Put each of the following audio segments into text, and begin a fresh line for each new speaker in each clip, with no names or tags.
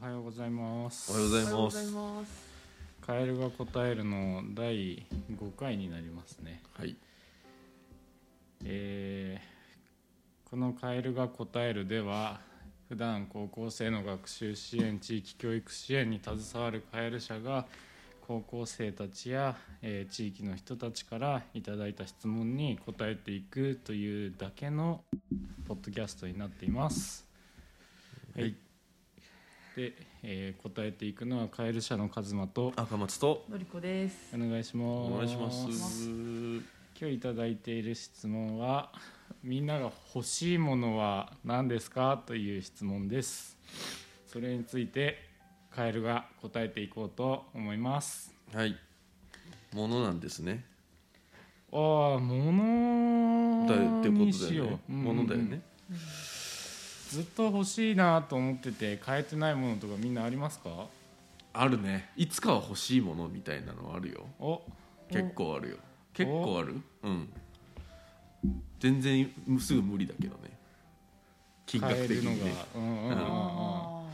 はようございます
おはようござい
おはようご
ま
ざい
す
ます。
カエルが答えるの第5回になりますね
はい
えーこの「カエルが答える」では普段高校生の学習支援地域教育支援に携わるカエル社が高校生たちや、えー地域の人たちからいただいた質問に答えていくというだけのポッドキャストになっています。はい、で、えー答えていくのはカエル社のカズマと
赤松と
のりこです
お。願いします。
お願いします
今日いただいている質問はみんなが欲しいものは何ですかという質問ですそれについてカエルが答えていこうと思います
はいものなんですね
ああ物
だよって
に
こと
し
だよ
よ
ね
う
ものだよ
うんうんうん
ね
ずっと欲しいなと思ってて買えてないものとかみんなありますか
あるねいつかは欲しいものみたいなのあるよ
お
結構あるよ結構あるうん全然すぐ無理だけどね金額
買え
的
るの
に
が、
ね
うんうんうんうん
あ
あ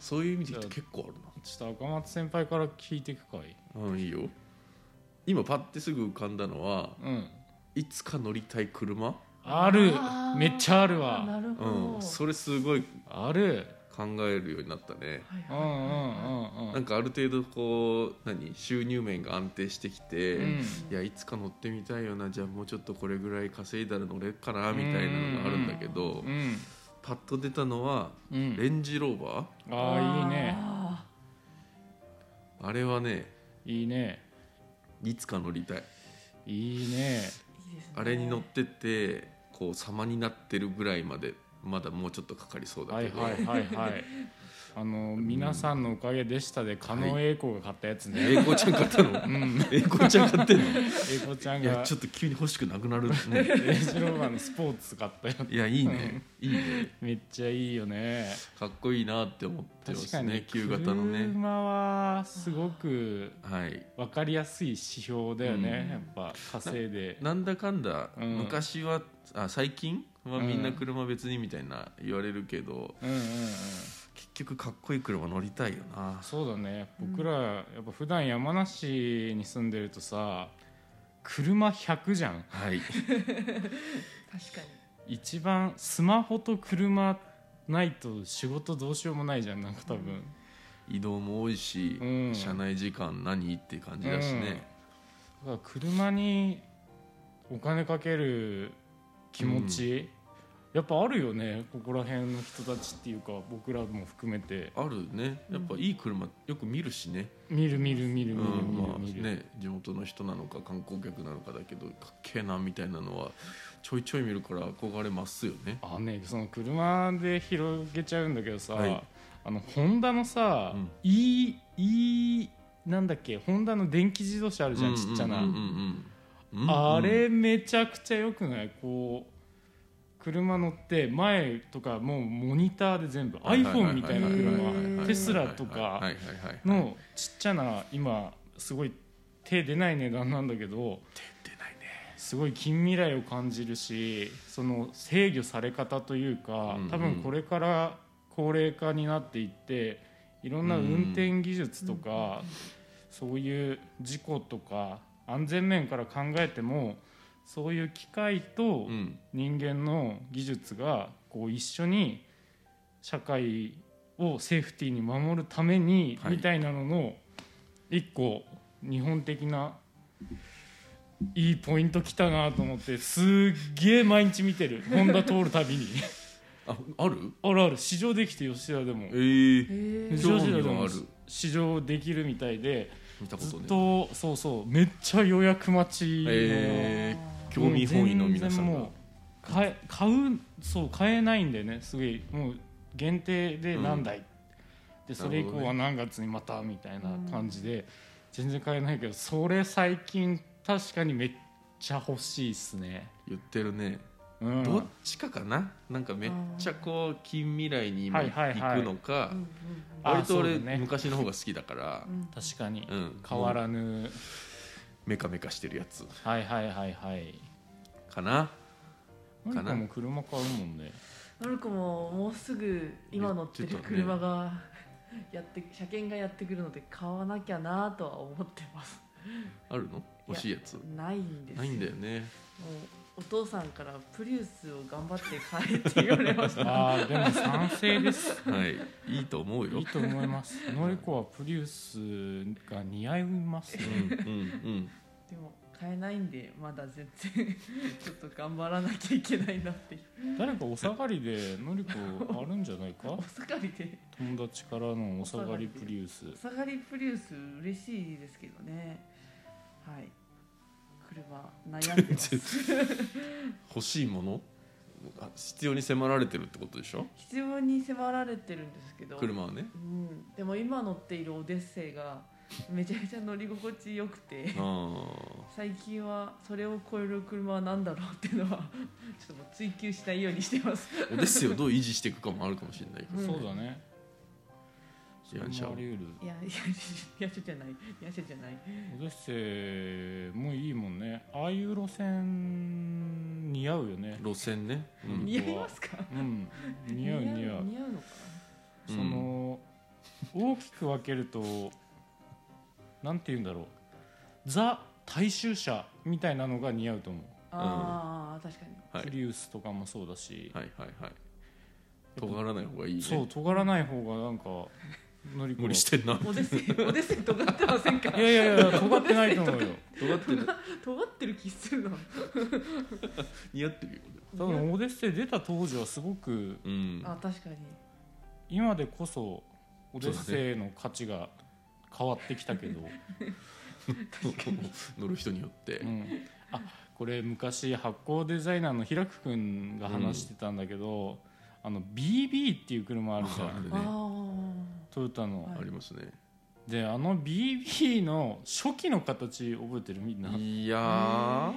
そういう意味で言うと結構あ
ちょっと赤松先輩から聞いていくかい
るなうんいいよ今パッてすぐ浮かんだのは
うん
いつか乗りたい車
ある
あー
めっちゃある
ー
わ
なるほ
う
ど。
んそれすごい
ある
考えるようになったね
はい
うん
は
う
い
んうんう
なん
ん
かある程度こう何収入面が安定してきて、
うん
いやいつか乗ってみたいよなじゃあもうちょっとこれぐらい稼いだら乗れるかなみたいなのがあるんだけど、
うん
パッと出たのは
うん
レンジローバ
ああいいね
あ
ーあれはね
いいね
いつか乗りたい
いいね
ーいいですね
あれに乗っててこう様になってるぐらいまでまだもうちょっとかかりそうだ
はい
けど、
はい はいはいあの「皆さんのおかげでした」で狩野英孝が買ったやつね
英子ちゃん買ったの
うん
英子ちゃん買ってんの
英孝ちゃん
いや
が
ちょっと急に欲しくなくなるね
レンジローバーのスポーツ買ったやつ
いやいいねいいね
めっちゃいいよね
かっこいいなって思ってま
確
す
か
ね
に
旧型のね
車はすごく
はい
分かりやすい指標だよ
う
ね
ん
やっぱ稼いで
なんだかんだ、
うん
昔はあ最近は
うん
みんな車別にみたいな言われるけど、
うんうんうん
結局かっこいい車乗りたいよな
そうだね僕らやっぱ普段山梨に住んでるとさ車100じゃん
はい
確かに。
一番スマホと車ないと仕事どうしようもないじゃんなんか多分
移動も多いし、
うん
車内時間何っていう感じだしね、
だから車にお金かける気持ち、やっぱあるよねここら辺の人たちっていうか僕らも含めて
あるねやっぱいい車よく見るしね、
見る見る見る
うん
見る見
ま
る
あ
見る、
ね地元の人なのか観光客なのかだけどかっけえなみたいなのはちょいちょい見るから憧れますよね
あねその車で広げちゃうんだけどさ、
はい
あのホンダのさ、
うん
E E なんだっけホンダの電気自動車あるじゃんちっちゃな、
うんうんうんうん
あ
うん
れめちゃくちゃ良くないこう車乗って前とかもうモニターで全部 iPhone みたいな
はいはいはいはい
車
はい
テスラと
はいは
か
いはいはい
のちっちゃな今すごい手出ない値段なんだけど
出ないね
すごい近未来を感じるしその制御され方というか
うんうん
多分これから高齢化になっていっていろんな運転技術とかそういう事故とか安全面から考えてもそういう機械と
うん
人間の技術がこう一緒に社会をセーフティーに守るために
はい
みたいなのの一個日本的ないいポイントきたなと思ってすっげえ毎日見てる本田通るたびに
あある
あるある試乗できて吉田でも
えー、
え
吉
ー
じゃ
田で
興味はあ
も
る
試乗できるみたいで
見たこ
ず
と
っ
ね
とそうそうめっちゃ予約待ちの
えー、興味本位の皆さん
もう全然
が
もう買え買うそう買えないんでねすごいもう限定で何台、でそれ以
なるほ
降
ど
は
ね
何月にまたみたいな感じで、全然買えないけどそれ最近確かにめっちゃ欲しいっすね、
言ってるね、
うん、
どっちかかななんかめっちゃこう近未来に今
はい
行
はいはい
くのか、
うんうん
あ
割と
そ
俺、
うだね
昔の方が好きだから
う、ん
確かに、
うん、
変わ
も
らぬ、
うメカメカしてるやつ
はいはいはいはい
かな
何かも車買うもんね
のるこももうすぐ今乗ってる
言ってたね
車がやって車検がやってくるので買わなきゃなとは思ってます
あるの惜しいやつ
ないんですよ
ないんだよね
もうお父さんからプリウスを頑張って買えって言われました
ああでも賛成です
はいいいと思うよ
いいと思い ますのりこはプリウスが似合います
う
ね
んうん
でも買えないんでまだ全然 ちょっと頑張らなきゃいけないなっていう
誰かお下がりでのりこあるんじゃないか
お下がりで
友達からのお下がりプリウス
お下がりプリウス嬉しいですけどねはい車悩んでます
うん欲しいものあ必要に迫られてるってことでしょ
必要に迫られてるんですけど
車はね
うん、でも今乗っているオデッセイがめちゃめちゃ乗り心地よくて
あ
最近はそれを超える車は何だろうっていうのはちょっともう追求しないようにしてます
ーオデッセイをどう維持していくかもあるかもしれないけ
うん
そうだねそ
い
れもあ
やん
り
ちゃう
得る
いやいやいやちょじゃないいやちょじゃない
オデッセイもいいもんねああいう路線似合うよね
ど路線ね、うん
似合いますか
うん似合う似合う
似合うのか
その、大きく分けるとなんて言うんだろうザ大衆車みたいなのが似合うと思う、
ああ、確かに
はい
プリウスとかもそうだし、
はいはいはい尖らない方がいいね
そう尖らない方がなんか乗り
無理してんな
オデッセイオデッセイ尖ってませんか
いやいやいや尖ってないと 思うよ
尖ってる
尖ってる気するな
似合ってるよ
多分オデッセイ出た当時はすごく
うん
あ確かに
今でこそオデッセイの価値が変わってきたけど、
乗る人によって、
うん、あこれ昔発光デザイナーの平久くんが話してたんだけど、あの BB っていう車あるじゃ
あ
ん
る
あ
ね
トヨタの、
はい
ありますね
であの BB の初期の形覚えてるみんない
や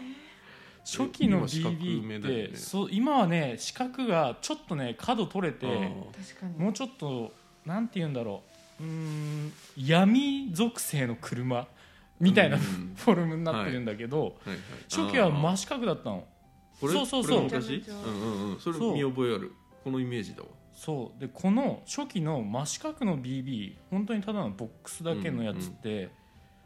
初期の
今四角め
BB っ
だよ
て
ね
そう今はね四角がちょっとね角取れ
ー
て
あ確かに
もうちょっとなんて言うんだろううーん闇属性の車みたいな
うん
フォルムになってるんだけど、
はいはい、
初期は
あー
真四角だったの
これ
そうそうそう
これが
め
昔
ちゃめち
う
ゃ
んうんうんそれ
そう
見覚えあるこのイメージだわ
そうでこの初期の真四角の BB 本当にただのボックスだけのやつって、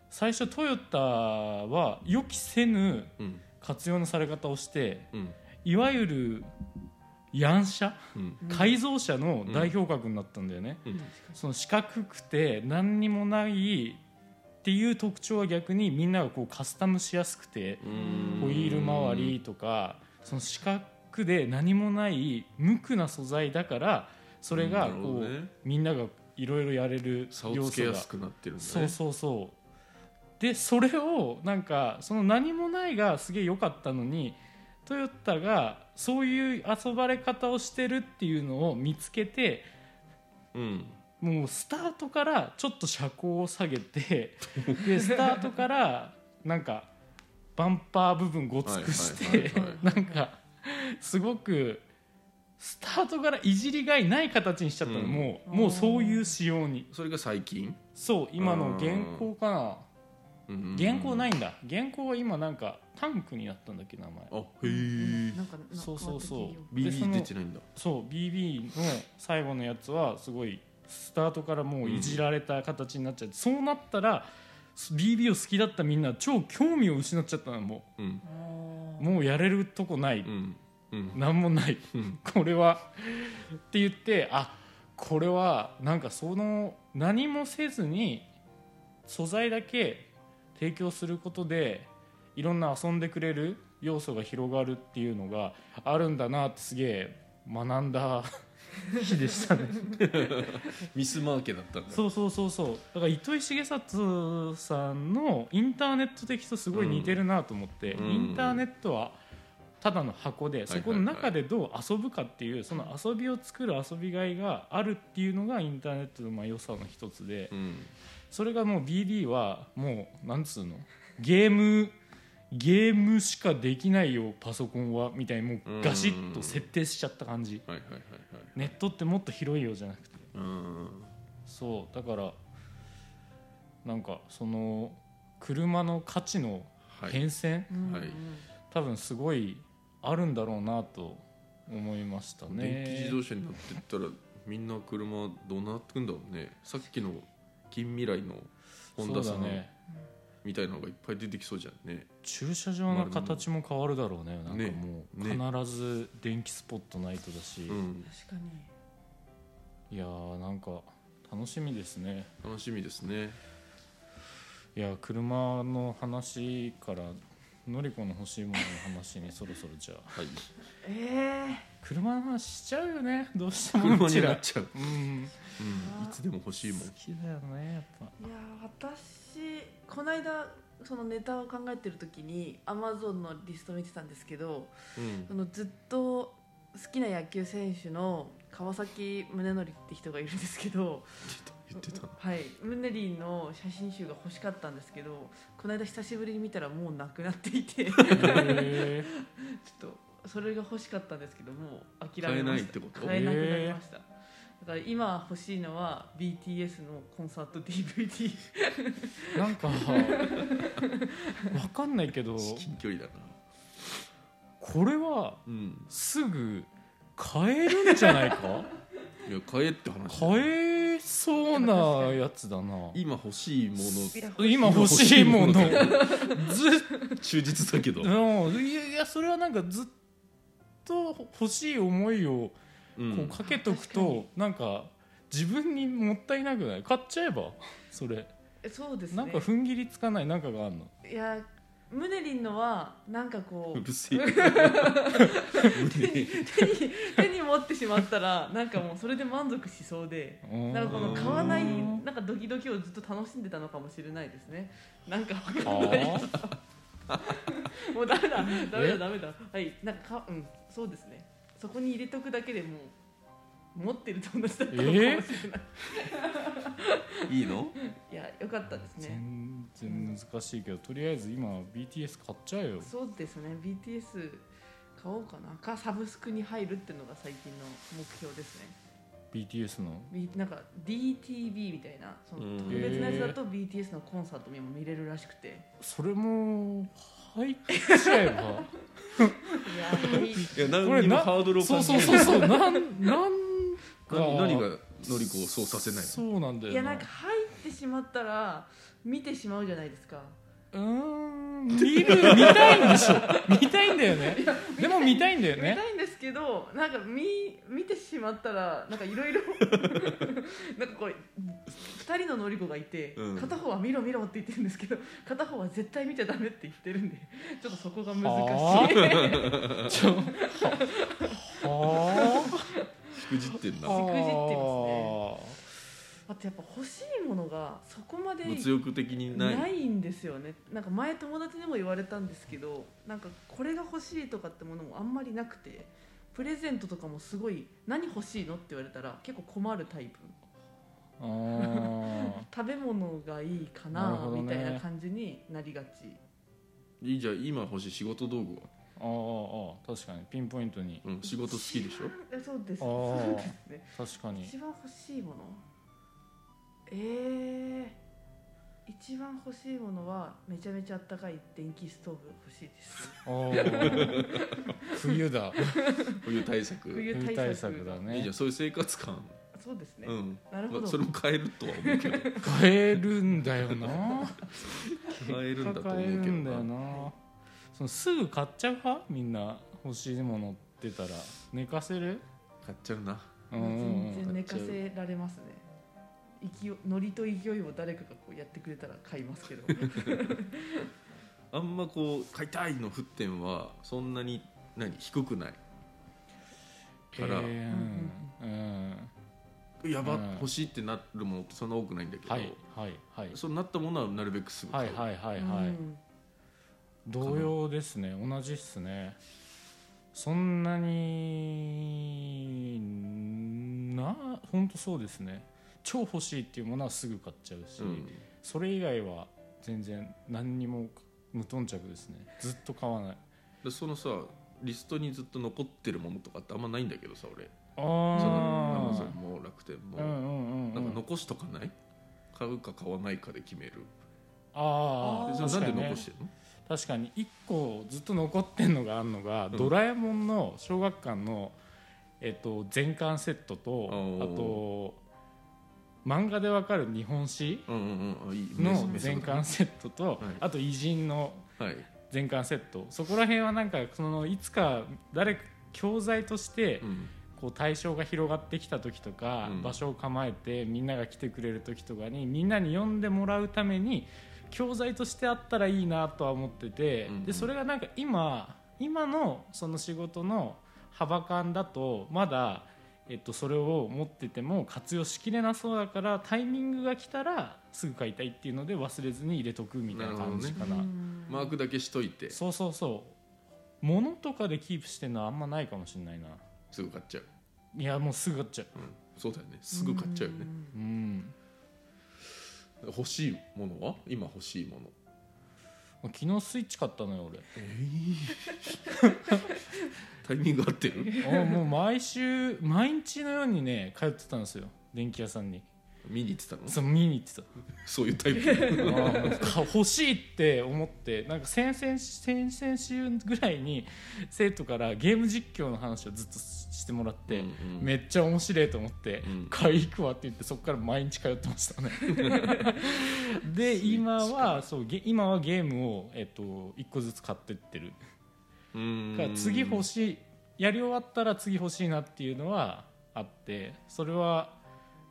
最初トヨタは予期せぬ
うん
活用のされ方をして
うん
いわゆるヤン車、
うん
うん
改造車の代表格になったんだよね、
うん
確かに
その四角くて何にもないっていう特徴は逆にみんながこうカスタムしやすくてホイール周りとかその四角で何もない無垢な素材だからそれが
うんなるほ
こ
ど
う
ね
みんながいろいろやれる
差を
要
つ
素
けや
が
すくなってるんだね
そうそうそうでそれをなんかその何もないがすげえ良かったのにトヨタがそういう遊ばれ方をしてるっていうのを見つけて
うん
もうスタートからちょっと車高を下げてでスタートからなんかバンパー部分ごつくして
はいはいはい
なんかすごくスタートからいじりがいない形にしちゃったの、
うん
もう
あー
もうそういう仕様に
それが最近
そう今の現行かな現行ないいんだ現行は今なんかタンクになったんだっけ名前
あへ
うん
え
なんかなんか
そうそうそう
変わった企業
BB 出てないんだ
そう BB の最後のやつはすごいスタートからもういじられた形になっちゃって、そうなったら BB を好きだったみんな超興味を失っちゃったのも
うん
うもうやれるとこない、
うんうん
なんもない
うん
これはって言ってあこれはなんかその何もせずに素材だけ提供することでいろんな遊んでくれる要素が広がるっていうのがあるんだなってすげえ学んだ日でしたね
ミスマーケだったんだ
そうそうそうそうだから糸井重里さんのインターネット的とすごい似てるなと思って、
うん
インターネットはただの箱で、
い
そこの中でどう遊ぶかっていうその遊びを作る遊びがいがあるっていうのがインターネットのまあ良さの一つで、
うん
それがもう BD はもうなんつうのゲームゲームしかできないよパソコンはみたいにもうガシッと設定しちゃった感じ、
はいはいはいはい
ネットってもっと広いよじゃなくて
うん
そうだからなんかその車の価値の
はい
変遷、
うん
はい
うん
多分すごいあるんだろうなと思いました
電気
ね
自動車になってったらみんな車どうなってくんだろうねさっきの近未来の本田
そ
さ
うんだね
みたいなのがいっぱい出てきそうじゃんね
駐車場の形も変わるだろうねなん
ね
かも
ね
う必ず電気スポットないとだし、
うん
確かに
いやーなんか楽しみですね
楽しみですね
いや車の話からのりこの欲しいものの話にそろそろじゃあ
はい
ええ
車の話しちゃうよねどうしても
車
うち
にな
ら
っちゃう、
うん
うん、いつでも欲しい
好
もん
きだよねやっぱ
いや私この間そのネタを考えてる時にアマゾンのリスト見てたんですけど
うん
そのずっと好きな野球選手の川崎宗則って人がいるんですけど、
言ってたな
はい、ムネリンの写真集が欲しかったんですけどこの間久しぶりに見たらもうなくなっていてちょっ
へ
とそれが欲しかったんですけどもう諦
買え
めま
ないっ
してた
こと
買えなくなりましただから今欲しいのは BTS のコンサート DVD
ーなん かわかんないけど
近距離だな
これは
うん
すぐ買えるんじゃない か
いや買えって話だよ
買えそうなやつだな
今欲しいも
いや
の
今欲しいもの
今欲しい
ずっ
忠実だけど、
といやいやそれはなんかずっと欲しい思いを
う
こ
ん
う、かけとくと、
確かに
なんか自分にもったいなくない買っちゃえばそれ、
えそうですね
なんか踏ん切りつかないなんかがあるの
いやムネリンのはなんかこ
う
う
るせえ
手に手に持ってしまったらなんかもうそれで満足しそうでなんかこの買わないなんかドキドキをずっと楽しんでたのかもしれないですねなんかわかん
あ
ない
ー
もうダメだダメ
え
だダメだはいなんかかうんそうですねそこに入れとくだけでもう持ってる友達だったのかもしれない、
いいの
いやよかったですね
全然難しいけどとりあえず今 BTS 買っちゃえよ
そうですね BTS 買おうかなかサブスクに入るっていうのが最近の目標ですね
BTS の
B- なんか DTV みたいなその
うん
特別なやつだと BTS のコンサートも今見れるらしくてい
それも入っちゃえば
やいい
いや
これ
何にも
な
ハードルを
そう
感じ
そう
ない
そうそうなんなんか
何何がのりこをそうさせない
そうなんだよ
いやなんか入ってしまったら見てしまうじゃないですか
うーん見る見たいんでしょ見たいんだよねでも見たいんだよ
見
ね
たいんですけどなんか見見てしまったらなんかいろいろ なんかこれ2人の乗り子がいて、
うん
片方は見ろ見ろって言ってるんですけど片方は絶対見ちゃダメって言ってるんでちょっとそこが難 しい
ちょはあ
しくじってんな
あくじってます
ね
あとやっぱ欲しいものがそこまで
物欲的にない
ないんですよねなんか前友達にも言われたんですけどなんかこれが欲しいとかってものもあんまりなくてプレゼントとかもすごい何欲しいのって言われたら結構困るタイプ
あー
食べ物がいいか
な
な
るほどね
みたいな感じになりがち
いいじゃん今欲しい仕事道具は、
あーあー確かにピンポイントに
うん、仕事好きでしょ
えそうです
あー
そうですね
確かに
一番欲しいものえー、一番欲しいものはめちゃめちゃあったかい電気ストーブ欲しいです
あー 冬だ
冬対策い
冬対
冬
策
対策だ
いじゃ
ね
んそういう生活感、
そうですね、
うん
なるほ
ま
ど
あ、それも変えるとは思うけど
買えるんだよな
変えるんだと思
買え
う
る
けど
んだよ
な
なそのすぐ買っちゃう派みんな欲しいものってたら寝かせる
買っちゃうな
うんうんうん
全然寝かせられますね勢いノリと勢いを誰かがこうやってくれたら買いますけど
あんまこう買いたいの沸点はそんなに何低くないから
えーうん
やば、
うん
欲しいってなるものってそんな多くないんだけど、
はいはいはい
そうなったものはなるべくすぐ
はい
買
うはいは
はい
はい同様ですね同じっすねそんなにな本当そうですね超欲しいっていうものはすぐ買っちゃうし、
うん
それ以外は全然何にも無頓着ですねずっと買わない
でそのさリストにずっと残ってるものとかってあんまないんだけどさ俺
あ
その
あ
Amazon も楽天も、
うんうんうんう
なんか
ん
残しとかない買うか買わないかで決める
あ
あ
あ
で
ー
それなん
確かに
で
ね
残してるの、
確かに1個ずっと残ってんのがあるのが、ドラえもんの小学館の、えっと、全巻セットとあ
お
と漫画でわかる日本史
うんうんうんいい
の
メスメ
全
スだね
巻セットと、あと偉人の
はい
全巻セットそこら辺はなんかそのいつか誰か教材として、
うん
こう対象が広がってきた時とか、
うん
場所を構えてみんなが来てくれる時とかにみんなに読んでもらうために教材としてあったらいいなとは思ってて、
うんうん
でそれがなんか今今のその仕事の幅感だとまだ、えっと、それを持ってても活用しきれなそうだからタイミングが来たらすぐ買いたいっていうので忘れずに入れとくみたいな感じかな。
マークだけしといて
そうそうそう物とかでキープしてるのはあんまないかもしれないな。
すぐ買っちゃう、
いやもうすぐ買っちゃう
うん、そうだよねすぐ買っちゃうよね
うん、
欲しいものは今欲しいもの
昨日スイッチ買ったのよ
タイミング合ってる
俺あもう毎週毎日のようにね通ってたんですよ電気屋さんに
見に行ってたの
そう見に行ってた
そういうタ イプ
あもうか 欲しいって思ってなんか先々先々週ぐらいに生徒からゲーム実況の話をずっとしてもらって、
うんうん
めっちゃ面白いと思って、
うん
買い行くわって言ってそこから毎日通ってましたね で今はそうゲ今はゲームを、えっと、一個ずつ買ってってる
うん
だから次欲しいやり終わったら次欲しいなっていうのはあってそれは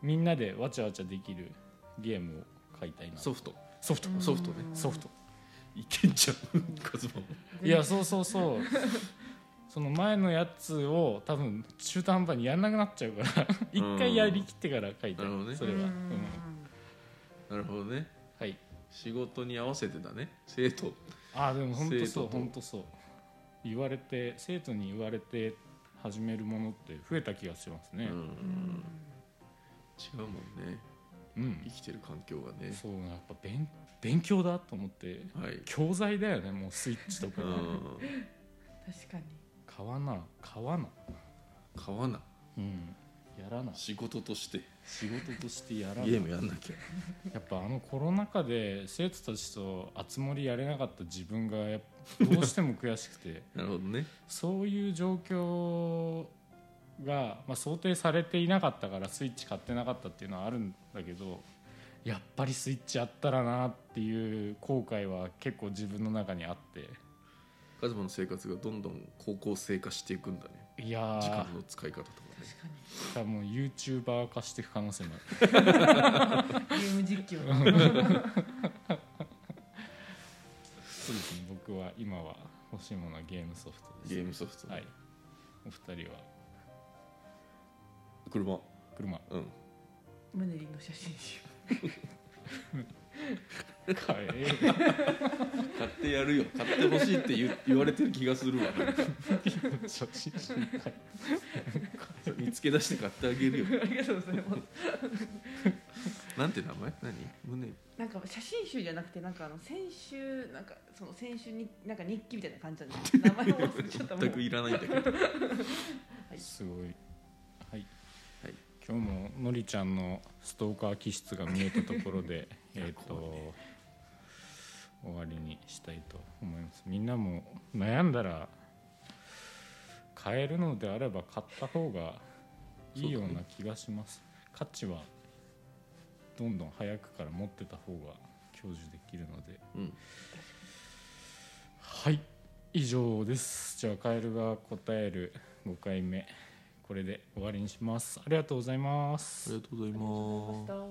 みんなでわちゃわちゃできるゲームを買いたいな
ソフト
ソフト
ソフトね
ソフト
いけんじゃん カズマも
いやそうそうそう その前のやつを多分中途半端にやんなくなっちゃうから 一回やりきってから書いたい
なるほどね
それは、
う
うんん
なるほどね
はい
仕事に合わせてだね生徒
ああでも本当
生
そ
徒
う
と
本当そう言われて生徒に言われて始めるものって増えた気がします
う
ね
ん違うもんね
うん
生きてる環境がね
そうやっぱ勉勉強だと思って
はい
教材だよねもうスイッチとか
うん
確かに
買わな買わな
買わな
うんやらな
仕事として
仕事としてやらな
ゲームやんなきゃ
やっぱあのコロナ禍で生徒たちと熱盛やれなかった自分がやっ ぱどうしても悔しくて
なるほどね
そういう状況が、まあ、想定されていなかったからスイッチ買ってなかったっていうのはあるんだけどやっぱりスイッチあったらなっていう後悔は結構自分の中にあって
カズマの生活がどんどん高校生化していくんだね
いやー
時間の使い方とかね
確かに
多分 YouTuber 化していく可能性もある
ゲーム実況の
そうですね僕は今は欲しいものはゲームソフトです
ゲームソフト、
はいお二人は
車
車
うん
ムネリンの写真集
買え
買ってやるよ買ってほしいって言う 言われてる気がするわ
初心者
見つけ出して買ってあげるよ
ありがとうございます
なんて名前何胸
なんか写真集じゃなくてなんかあの先週なんかその先週になんか日記みたいな感じなんです名前を忘れ ちゃったもう
全くいらないんだけど
すごいはい、
はい
今日ものりちゃんのストーカー気質が見えたところ でえっと、終わりにしたいと思いますみんなも悩んだら買えるのであれば買った方がいいような気がします、価値はどんどん早くから持ってた方が享受できるので
うん
はい以上ですじゃあカエルが答える5回目これで終わりにしますありがとうございます
ありがとうござい
ありがとうござい
ま
ますした